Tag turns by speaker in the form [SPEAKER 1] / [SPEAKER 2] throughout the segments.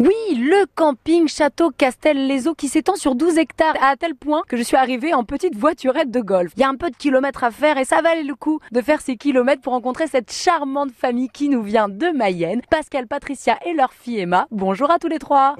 [SPEAKER 1] Oui, le camping Château Castel-les-Eaux qui s'étend sur 12 hectares à tel point que je suis arrivée en petite voiturette de golf. Il y a un peu de kilomètres à faire et ça valait le coup de faire ces kilomètres pour rencontrer cette charmante famille qui nous vient de Mayenne. Pascal, Patricia et leur fille Emma. Bonjour à tous les trois.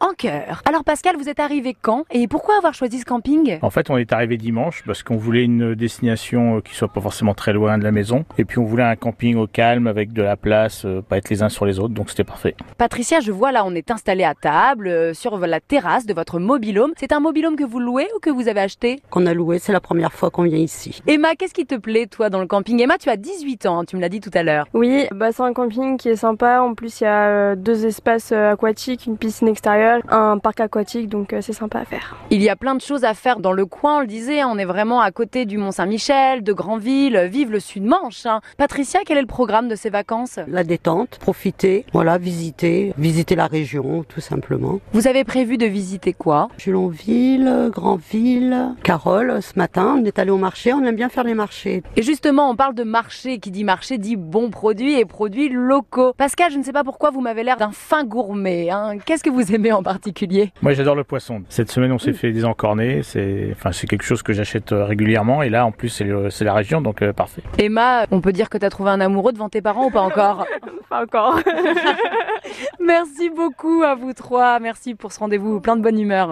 [SPEAKER 1] En cœur. Alors Pascal, vous êtes arrivé quand et pourquoi avoir choisi ce camping
[SPEAKER 2] En fait, on est arrivé dimanche parce qu'on voulait une destination euh, qui soit pas forcément très loin de la maison. Et puis, on voulait un camping au calme avec de la place, euh, pas être les uns sur les autres. Donc, c'était parfait.
[SPEAKER 1] Patricia, je vois là, on est installé à table euh, sur la terrasse de votre mobilhome. C'est un mobilhome que vous louez ou que vous avez acheté
[SPEAKER 3] qu'on a loué, c'est la première fois qu'on vient ici.
[SPEAKER 1] Emma, qu'est-ce qui te plaît toi dans le camping Emma, tu as 18 ans, hein, tu me l'as dit tout à l'heure.
[SPEAKER 4] Oui, bah c'est un camping qui est sympa. En plus, il y a euh, deux espaces euh, aquatiques, une piscine extérieure, un parc aquatique, donc euh, c'est sympa à faire.
[SPEAKER 1] Il y a plein de choses à faire dans le coin, on le disait, hein, on est vraiment à côté du Mont-Saint-Michel, de Grandville, euh, vive le Sud-Manche. hein. Patricia, quel est le programme de ces vacances
[SPEAKER 3] La détente, profiter, voilà, visiter, visiter la région, tout simplement.
[SPEAKER 1] Vous avez prévu de visiter quoi
[SPEAKER 3] Julonville, Grandville, Carole, ce matin, on est allé au marché, on aime bien faire les marchés.
[SPEAKER 1] Et justement, on parle de marché, qui dit marché dit bons produits et produits locaux. Pascal, je ne sais pas pourquoi vous m'avez l'air d'un fin gourmet. hein. Qu'est-ce que vous aimez en particulier
[SPEAKER 2] Moi, j'adore le poisson. Cette semaine, on s'est fait des encornés. C'est, enfin, c'est quelque chose que j'achète euh, régulièrement. Et là, en plus, c'est, le- c'est la région, donc euh, parfait.
[SPEAKER 1] Emma, on peut dire que tu as trouvé un amoureux devant tes parents ou pas encore
[SPEAKER 4] Pas encore.
[SPEAKER 1] Merci beaucoup à vous trois, merci pour ce rendez-vous, plein de bonne humeur.